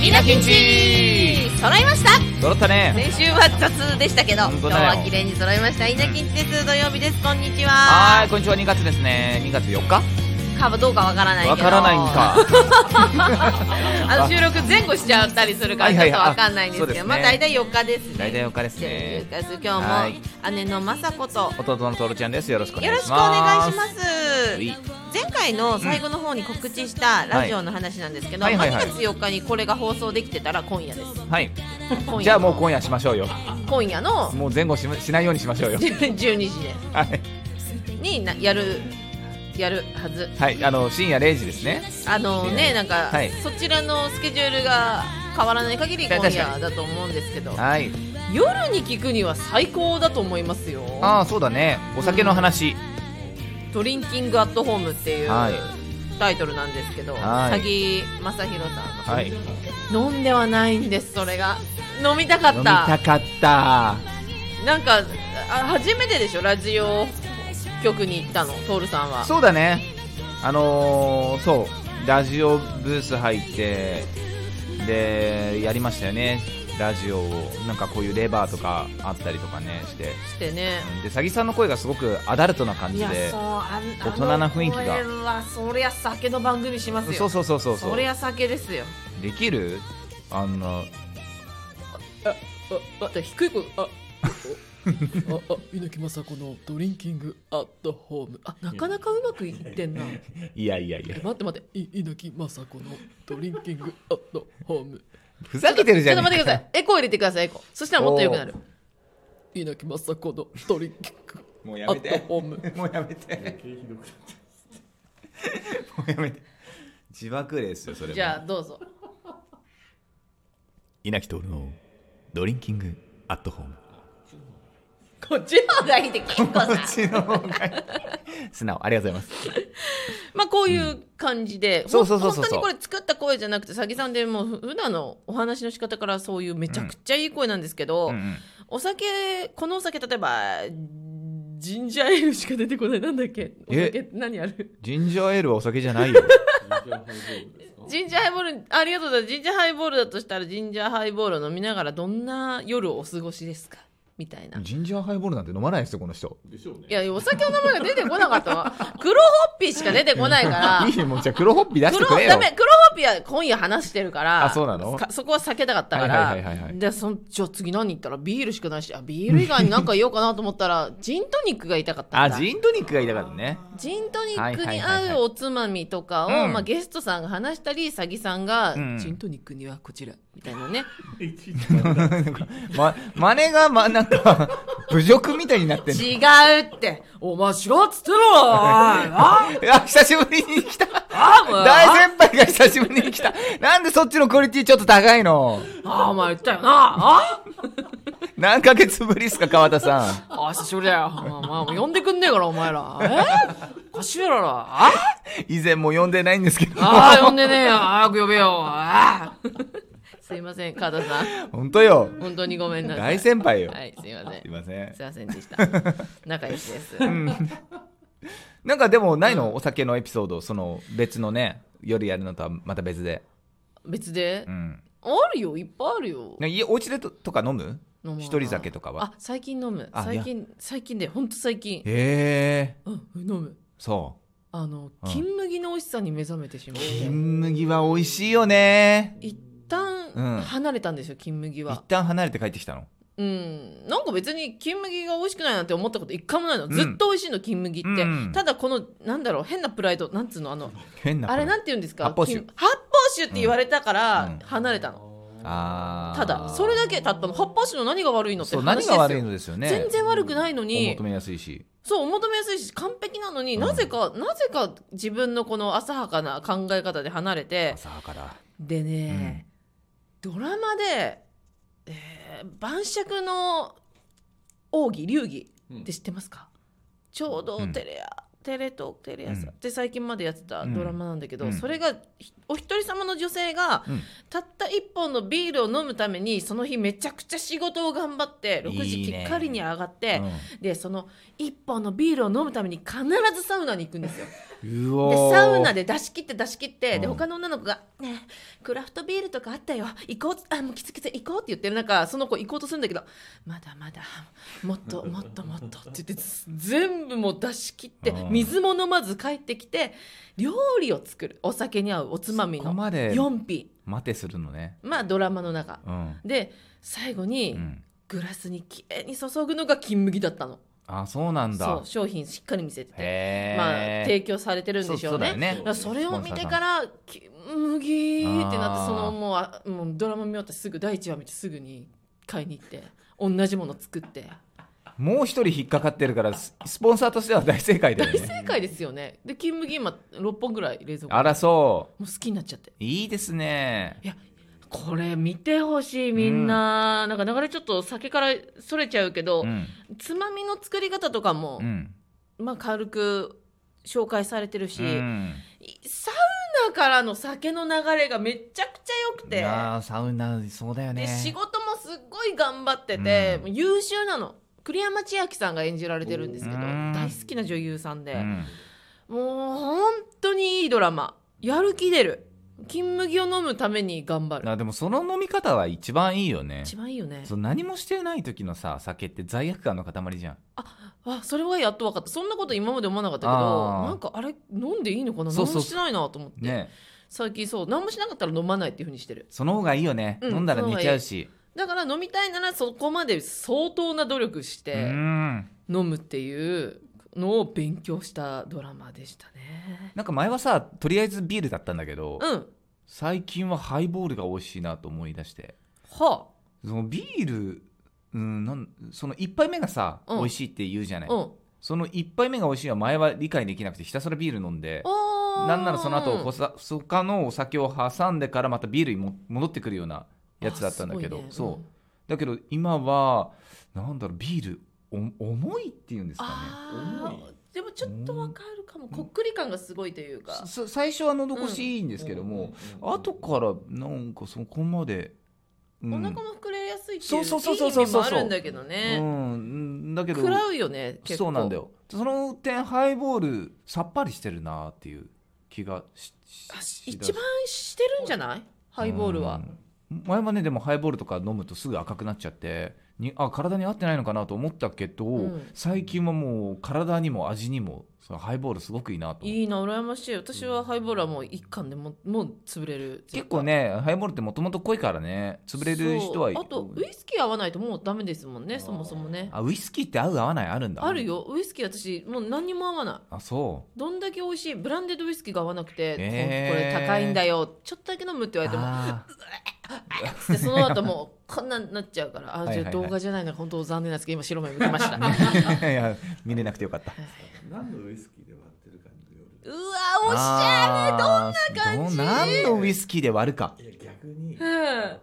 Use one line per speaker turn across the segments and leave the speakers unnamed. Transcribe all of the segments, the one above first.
みんなピンチ揃いました
揃ったね。
先週は雑でしたけど、
本
今
当
日
だよ
は綺麗に揃いました。みんなピンチです。土曜日です。こんにち
はー、。
はい
こんにちは、2月ですね。2月4日
かはどうかわからないけど。
わからないん。か。
あの収録前後しちゃったりするか
はい
らちょ
はい
っとわかんないんです
そう
け
です
ど、
ね
まあ大体4日ですね。
大体4日です
と
ね
いうことで今
はい
日も姉の雅子と
弟のトロちゃんです。よろしくお
よ
願い
ろし
し
くお
ま
願
す。
いします。
い
前回の最後の方に告知したラジオの話なんですけど、
はい
2
はいはいはい
月4日にこれが放送できてたら今夜です。
はい。
今夜
じゃあもう今夜しましょう よ。
今夜の
もう前後ししないようにし ましょうよ。
12時で
はい。
になやるやるはず
はい、あの、深夜0時ですね。
あのねなんか、
はい
そちらのスケジュールが変わらない限り今
た確か
夜だと思うんですけど
はい。
夜に聞くには最高だと思いますよ
ああ、そうだね。お酒の話。
「ドリンキング・アット・ホーム」っていう、
はい
タイトルなんですけど
はい
佐木正宏さんが、
はい。飲
飲んではないんですそれが飲みたか
み
った
たかった。
なんかあ初めてでしょラジオ局に行ったのトールさんは
そうだね。あのー、そう。ラジオブース入って、で、やりましたよね。ラジオを。なんかこういうレバーとかあったりとかね、して。
してね
で、サギさんの声がすごくアダルトな感
い
じ
や
で
そう。あん
大人な雰囲気が
あの声はそりゃ酒の番組しますよ
そうそうそうそうそう
そりゃ酒ですよ
できるあんな
あ、あ、で低い声、あ、あ、あ、猪木雅子のドリンキングアットホーム。あ、
なかなかうまくいってんな待
いやいやいや
待って待って、い猪木雅子のドリンキングアットホーム。
ふざけてるじゃ
ちょっ
ん
と待ってくださいエコー入れてくださいエコーそしたらもっと良くなる
猪木雅子のドリンキング
もうや
アットホーム。
もうやめてもうやめて自爆霊ですよそれも
じゃあどうぞ
稲木徹のドリンキングアットホーム
こっちの方がいいって結構
こ
な
っちの方が 素直ありがとうございます
まあこういう感じで、ほ、
そうんそうそうそうそ
本
う
当にこれ作った声じゃなくて佐木さんでもうふ普段のお話の仕方からそういうめちゃくちゃいい声なんですけど、
うんうん
お酒このお酒例えばジンジャーエールしか出てこないなんだっけお
え
酒って何ある
ジンジャーエールはお酒じゃないよ
ジンジャーハイボール、ありがとうございます。ジンジャーハイボールだとしたら、ジンジャーハイボールを飲みながら、どんな夜をお過ごしですかみたいな。い
ジンジャーハイボールなんて飲まないですよこの人
や、お酒の名前が出てこなかったわ。黒ホッピーしか出てこないか
いいもんじゃあ黒ホッピー出
ら。
し
黒
てくれ
ダ
よ
メ黒ホッピーは今夜話してるから
あそうなの
かそこは避けたかったか
はいはいはいはいは
ら
い
でそんじゃあ次何言ったらビールしかないしあビール以外に何か言おうかなと思ったらジントニックが言いたかった
あ
んだ
ジントニックが言いたかったね
ジントニック
はい
に
はいはいはい
合うおつまみとかを、
うん
まあ、ゲストさんが話したりサギさんが、
うん
ジントニックにはこちらみたいなね
ま、真似が、ま、なんか、侮辱みたいになってんの。
違うってお前違うっつってろあ
あ、久しぶりに来た。
あもう
大先輩が久しぶりに来た。なんでそっちのクオリティちょっと高いの
あお前言ったよなあ
何ヶ月ぶりっすか、川田さ
あ久しぶりだよお前もう呼んでくんねえからお前らえおかしいやろあ
ん。以前も呼んでないんですけど。
あ呼んでねえよ早く呼べよあすいません加藤さん
本当よ。
本当にごめんなさい
大先輩よ。
はいすいません
すいません
すい。ませんでした仲良しです
なんかでもないの、お酒のエピソード、その別のね、夜やるのとはまた別で。
別で
うん。
あるよいっぱいあるよ
ね家、お家でととか飲む
飲まない
一人酒とかは。
あ最近飲む
あ
最近最近でほんと最近
へえ、
うん飲む
そ
あの
うん
金麦の美味しさに目覚めてしまって
う。金麦は美味しいよね。
一
う
旦
ん
離れたんですよ金麦
一
は
旦離れて帰ってきたの。
うんなんか別に金麦が美味しくないなんて思ったこと一回もないの、
ん
ずっと美味しいの金麦って、
うん
ただこのなんだろう変なプライドなんつうのあの
変な。
あれなんて言うんですか
発泡酒
金発泡酒って言われたか
うん
ら離れたの、
あー
ただそれだけたったの発泡酒の何が悪いのって
そう
話で
何
す
が
よ
悪いのですよね
全然悪くないの
お
に
求めやすいし
そうお求めやすいし完璧なのに、なぜかなぜか自分のこの浅はかな考え方で離れて
朝から
でね、ドラマで、えー晩酌の奥義流儀って知ってますか、ちょうどテレテレ東テレ朝
うん
って最近までやってたドラマなんだけど、
うん
それがひお一人様の女性が
うん
たった一本のビールを飲むためにその日めちゃくちゃ仕事を頑張って6
い
時
い
き
ね
っかりに上がって
う
でその一本のビールを飲むために必ずサウナに行くんですよ。
んうお
でサウナ
で
で出し切って出し切って、で
うん
他の女の子が「ねえクラフトビールとかあったよ行こうあもうきつきつ行こう」って言ってる中その子行こうとするんだけど「まだまだもっともっともっと」って言ってず全部もう出し切って
うん
水も飲まず帰ってきて料理を作るお酒に合うおつまみ
ここ
の
まで
4品
待てするのね
まあドラマの中
うん、
で最後に
うん、
グラスにきれいに注ぐのが金麦だったの
あそうなんだ
そう商品しっかり見せてて。
へえ
まあ、提供されてるんでしょう
そうそうだ
ね
よね
だからそれを見てから「き麦」ってなって
あー
そのもうあもうドラマ見終わってすぐ第一話見てすぐに買いに行って同じもの作って
もう一人引っかかってるからススポンサーとしては大正解だよ
大
ね
正解ですよねで金麦今6本ぐらい冷蔵庫
あらそ
もう好きになっちゃって
ういいですね
これ見てほしいみんな、なんか流れちょっと酒からそれちゃうけど、
うん
つまみの作り方とかも
う、ん
まあ軽く紹介されてるし、
うん
サウナからの酒の流れがめちゃくちゃ良く
い
て
やーサウナそうだよね
で仕事もすっごい頑張ってて、も
うん
う優秀なの栗山千明さんが演じられてるんですけど
うん
大好きな女優さんで、
うん
もう本当にいいドラマやる気出る金麦を飲むために頑張る
あでもその飲み方は一番いいよね
一番いいよね
そう何もしてない時のさ酒って罪悪感の塊じゃん
あそれはやっと分かったそんなこと今まで思わなかったけど
あー
なんかあれ飲んでいいのかな
そうそ
何
う
もしてないなと思って
ね
最近そう何もしなかったら飲まないっていうふうにしてる
その方がいいよね、
うん
飲んだら寝ちゃうし
だから飲みたいならそこまで相当な努力し
う
て、
ん
飲むっていうのを勉強したドラマでしたね。
なんか前はさとりあえずビールだったんだけど、
うん。
最近はハイボールが美味しいなと思い出して
は
そのビール、うん、なんその1杯目がさ、
うん
美味しいって言うじゃない、
あ。うん。
その1杯目が美味しいは前は理解できなくてひたすらビール飲んで
あー
なんならその後ほさ他のお酒を挟んでからまたビールにも戻ってくるようなやつだったんだけど、
あすごいね
そう
うん
だけど今はなんだろうビールお重いっていうんですか
あ
ね
ーでもちょっとわかるかも。こっくり感がすごいというか
さ。さ最初は喉越しいいんですけども、後からなんかそこまで、うん
お腹も膨れやすいっていう
そうそうそうそうそうそう
いい意味もあるんだけど
う
ね。
んだけど
食らうよね。結構
そうなんだ。よその点ハイボールさっぱりしてるなっていう気がしし
あ
しだ
一番してるんじゃないハイボールは。
うん前はねでもハイボールとか飲むとすぐ赤くなっちゃってにあ体に合ってないのかなと思ったけど、
うん
最近はもう体にも味にもそのハイボールすごくいいなと思って
いいな、羨ましい。私はハイボールはもう一貫でもうもう潰れる。
結構ねハイボールってもともと濃いからね潰れる人は
そうあとウイスキー合わないともうダメですもんねそもそもね
あウイスキーって合う合わないあるんだ
あるよウイスキー私もう何にも合わない
あそ
どんだけ美味しいブランデッドウイスキーが合わなくて、
へ
こ
ー
れ高いんだよちょっとだけ飲むって言
う
われても
あー
でその後もうこんなんなっちゃうからあ
はい
じ
はい
ゃ
は
あ
い
動画じゃないの本当残念なんですけど今白目向きま したうわ
いや見れなくてよかった
何のウイスキーで割ってる感じの夜
おしゃれど
あーどんな感じ何のウイスキーで割るか
いや逆に、
ん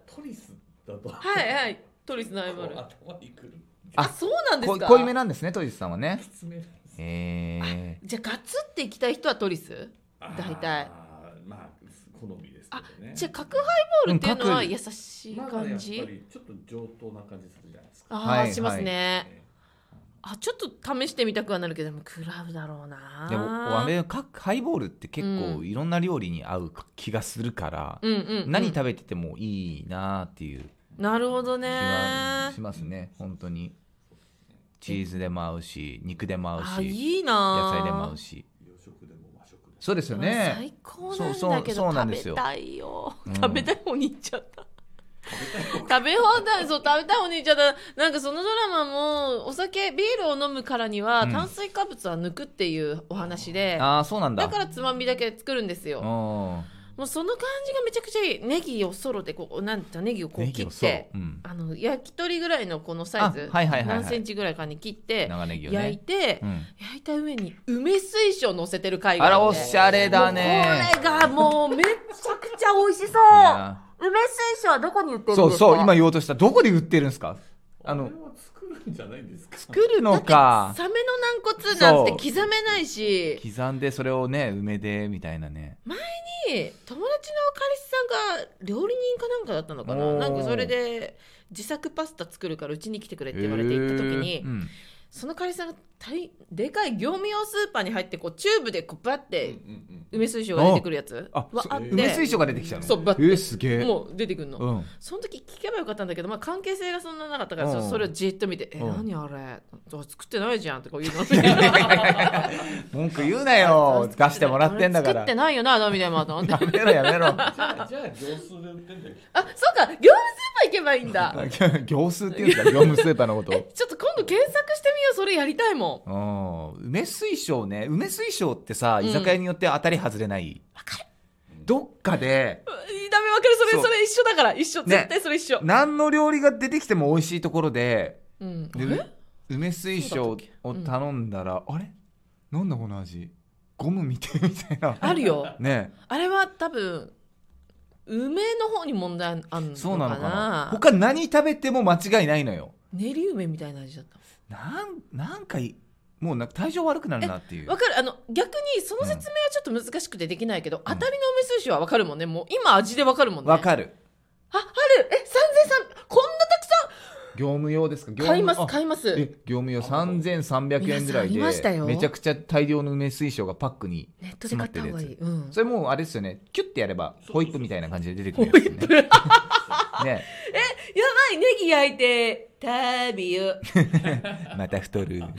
トリスだと
はいはいトリスのアイボールあ
頭にくる
そうなんです
こ
か
濃いめなんですねトイジさんはね
きつめなんです
へえ
じゃあガツっていきたい人はトリス大体
あーまあ好みです
あ
けどね
じゃあ角ハイボールっていうのは優しい
まだ
感
やっぱ
じ、
りちょっと上等な感じするじゃないですか
あー、
はい
しますね、
ね
あちょっと試してみたくはなるけどでも食らうだろうな
でもあれかハイボールって結
う
構
ん
いろんな料理に合う気がするから、
うんうん、うん
何食べててもいいなっていう
なるほどね
気はしますね、本当にチーズでも合うし肉でも合う
あ
し
いいな
野菜でも合うし
洋食でも和食でも
そうですよね
最高なんだけど
そうそうそうなんです
食
よ
べたいよ、
うん
食べたい方に行っちゃった食べ放題そう食べたい方に行っちゃったなんかそのドラマもお酒ビールを飲むからには
うん
炭水化物は抜くっていうお話で、
ああそうなんだ
だからつまみだけ作るんですよ、
うん
もうその感じがめちゃくちゃいいネギをソロでこうなんていうのネギをこう
ネ
切
ギ
っ
をそう
て
うん、
あの焼き鳥ぐらいのこのサイズ、
あはいはいはいはい
何センチぐらいかに切って
長ネギを
焼い
ね、
て、
うん、
焼いた上に梅水晶乗せてる貝が
あ
ある
ら
の
お
で
しゃれだね
これがもうめちゃくちゃ美味しそ
いうや
梅水晶はどこに売ってるんですか
そうそう今言おうとしたどこで売ってるんですかあ
あの
の
れは作るんじゃないんですか
作るのか
サメの軟骨なんて
そう
刻めないし
刻んでそれをね梅でみたいなね
友達の彼氏さんが料理人かなんかだったのかな
おー
なんかそれで自作パスタ作るからうちに来てくれって言われて行った時に、
へーうん
その彼氏さんが大でかい業務用スーパーに入ってこうチューブでこうバッて梅水晶が出てくるやつ
あ
は
そ
あって
梅水晶が出てきたの
そうバッて
えーすげえ
もう出てくるの、
うん
その時聞けばよかったんだけど、まあ、関係性がそんななかったから、
うん
そそれをじっと見て「え
うん
何あれあ作ってないじゃん」とか 言うの作
文句言うなよ出してもらってんだか
って
ら
ないよなあのみたいなと思って
やめろやめろ
じゃあ、じゃあ、業数で売っ てんだよ。
あそうか業務スーパー行けばいいんだ
行数っていうんですか業務スーパーのこと
えちょっと今度検索してみようそれやりたいもん
うん梅水晶ね梅水晶ってさ
うん
居酒屋によって当たり外れない、どっかで
うわダメわかるそれ
そう
それ一緒だから一緒
ね
絶対それ一緒、
何の料理が出てきても美味しいところで
うん、
で梅水晶を頼んだら、あれなんだこの味ゴムみてえみたいな
あるよ
ね
あれは多分梅の方に問題あんのかな
そうなのかな他何食べても間違いないのよ
練り梅みたいな味だった
なんなんかいもうなんか体調悪くなるなっていう
わかるあの逆にその説明はちょっと難しくてできないけど、当たりの梅水晶はわかるもんねもう今味でわかるもんね
わかる
ああるえ三千三こんなたく
業務用ですか業
さん買
務
います
あ
買います
え業務用3300円ぐ
皆さんあ
らい
りました
で
よ
めちゃくちゃ大量の梅水晶がパックに
ネットで買った方がいい、うん、
それもうあれですよねキュッてやればホイップみたいな感じで出てく
ホイ
るやつ
ップやば
ねね
いネギ焼いて食べよ う
また 太る
ネギと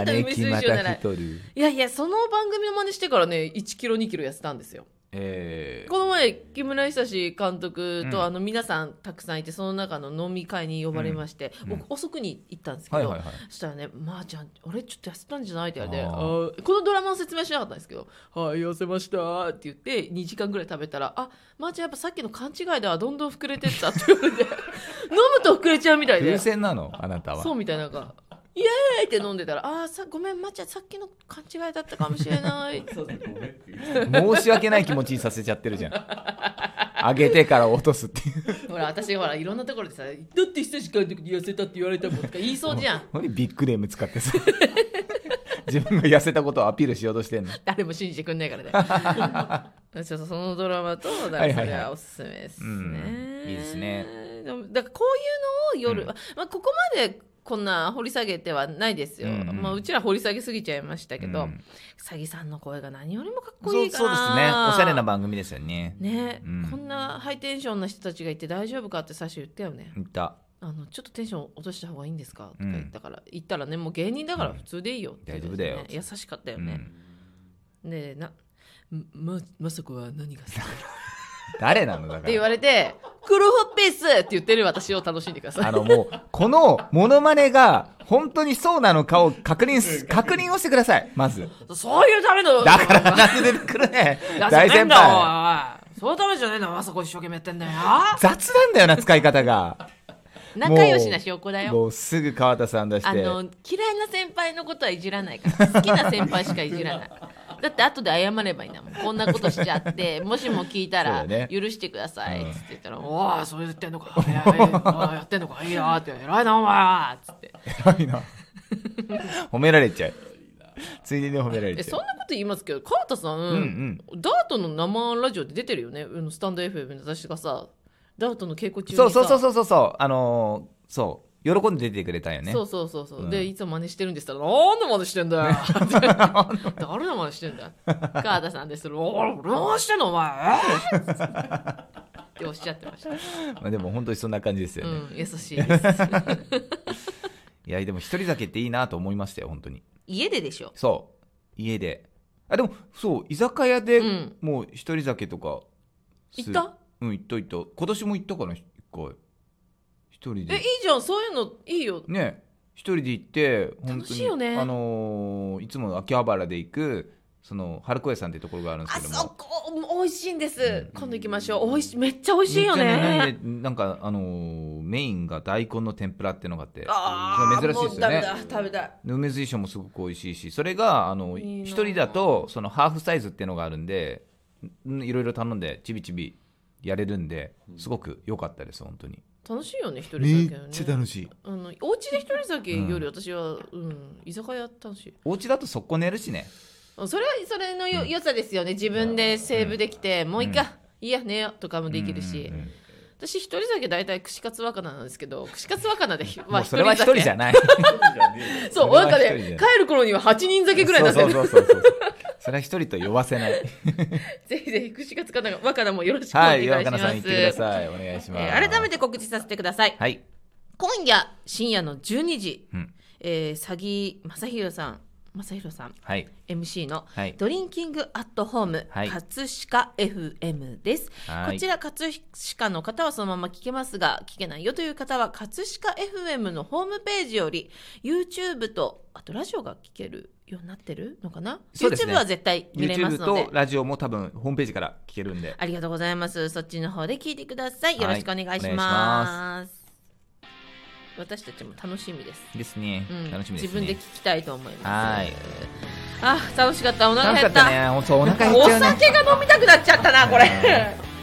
梅
姉貴
水
ま
晶な
た
らい
太る
やいやその番組の真似してからね1キロ2キロ痩せたんですよ
えー
この前木村久志監督と、
うん
あの皆さんたくさんいてその中の飲み会に呼ばれまして、
うん
僕遅くに行ったんですけど、
はいはいはい
そしたらね「まー、ちゃん俺ちょっと痩せたんじゃない?」って言われて
あ
あ
ー
ーこのドラマの説明しなかったんですけど「はい痩せました」って言って2時間ぐらい食べたら「あまー、ちゃんやっぱさっきの勘違いではどんどん膨れてった」って言われて飲むと膨れちゃうみたい で
風船なのあなたは
そうみたいななんか「イエーイ!」って飲んでたら「あーさごめんまー、ちゃんさっきの勘違いだったかもしれない」
そうですね、ごめんって言う。
申し訳ない気持ちにさせちゃってるじゃん上げてから落とすっていう
ほら私ほらいろんなところでさ「だって久しぶりの時に痩せたって言われたもん」とか言いそうじゃん
何ビッグネーム使っ てさ自分が痩せたことをアピールしようとしてんの
誰も信じてくんないから ねちょっとそのドラマとだからそれはおすすめですね、
うんいいですね
でもだからこういうのを夜、
うん
まあ、ここまでこんな掘り下げてはないですよ、
うんうん
まあ、うちら掘り下げすぎちゃいましたけど、
うん
詐欺さんの声が何よりもかっこ
そ
いういか
そう
ら
ですねおしゃれな番組ですよね
ね、
うん
こんなハイテンションな人たちがいて大丈夫かって最初言ったよね
いた
あのちょっとテンション落とした方がいいんですかとか
うん
言ったから、言ったらねもう芸人だから普通でいいよって言ってね、
大丈夫だ
優しかったよね、でなままさこは何が好きって
誰なのだから
言われて「黒ホッピース!」って言ってる私を楽しんでください
あのもう、このモノマネが本当にそうなのかを確認す、確認をしてください、まず。
そういうための
だから、なんで出てくるね
出。せ
大
ねえ
先
んだ
輩。
おいおいそういうためじゃねえんだまさこ一生懸命やってんだよ
雑なんだよな、使い方が。
仲良しな証拠だよ
もうすぐ川田さん出し
あ
て。
の嫌いな先輩のことはいじらないから好きな先輩しかいじらないだって後で謝ればいいんだもんこんなことしちゃってもしも聞いた
そ
ら
うだね
許してくださいっ
うん
つって言ったら「おおそれ言ってんのかいやいやおいやってんのかいいな」って「偉いなお前は」っつって
偉い な。褒められちゃう。ついでに褒められ
え
ち
そ
ゃ
ん
う。
なこと言いますけど川田さん、
うん
ダートの生ラジオで出てるよねうんスタンド FM の私がさダートの稽古中に
そ
さ
うそうそうそうそうそう。あのーそう。喜んで出てくれたんよね
そ。うそうそうそう、
うん
でいつも真似してるんですったら「なんで真似してんだよ」誰の真似してんだよ川田さんですおお俺の真似してんのお前えーっておっしゃってました、
まあでも本当にそんな感じですよ
う
ね。
ん優しいです
いや、でも一人酒っていいなと思いましたよ、本当に。
家ででしょ
そう家であでもそう居酒屋
う
で
ん
もう一人酒とかす
行った
うん行った行った今年も行ったかな一回一人
えいい
で
じゃんそういうのいいよ
ね一人で行って本当に
楽しいよね
あのーいつも秋葉原で行くその春子屋さんっていうところがあるんです
あ
けども
そこ美味しいんです、
うん
今度行きましょう美味しいめっちゃ美味しいよ
めっちゃ
ね
並んでなんかあのーメインが大根の天ぷらっていうのがあって
ああ
珍しいですよ
も
ね
う食べた食べたい
で梅水晶もすごく美味しいしそれがあの
いいなあ
一人だとそのハーフサイズっていうのがあるんでんいろいろ頼んでちびちびやれるんですごく良かったです本当に
楽しいよね一人
め
酒
っ
はね
ちゃ楽しい
あのお家で一人酒より
う
私は、うん居酒屋楽しい
お家だとそこ寝るしね
あそれはそれのよ、
うん
良さですよね自分でセーブできて、もういいか、
うん
いいや寝ようとかもできるし、
うんうんうん
私一人酒大体串カツ若菜なんですけど串カツ若菜 でひ
もうそれは一人じゃない
じゃねえよ
そう
それは
なんか
一人
ね
じゃ
帰る頃には8人酒ぐらいになってる
そうそうそうそうそれは一人と呼ば せない
ぜひぜひ串カツかな若菜もよろしくお
は
願い
い
し
夜
ます、
中さん行ってくださいお願いします、
えー改めて告知させてください
はい
今夜深夜の12時、
うん
えー、詐欺正弘さん正弘さん
はい
MC の
はい
ドリンキングアットホーム、
はい
葛飾 FM です、
はい
こちら葛飾の方はそのまま聞けますが聞けないよという方は葛飾 FM のホームページより YouTube とあとラジオが聞けるようになってるのかな、
そうですね
YouTube は絶対見れます
YouTube
ので
とラジオも多分ホームページから聞けるんで
ありがとうございます。そっちの方で聞いてください。
はい
よろしくお願いします。私たちも楽しみです。
ですね、
うん、
楽しみです
自
ね
分で聞きたいと思います。
はい
あ、楽しかった。お腹
楽し
減
か
っ。
ったたね本当お腹減っ
お
ちゃうね
酒が飲みたくなっちゃったな、これ。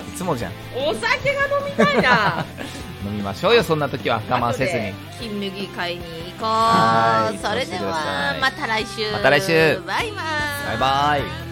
いつもじゃん
お酒が飲みたいな。
飲みましょうよそんな時は我慢せずに
後で金麦買いに行
は
こ。
いう
それで
お越しくだ
は
さい
また来週。
また来週
バイバイ。
バイバイ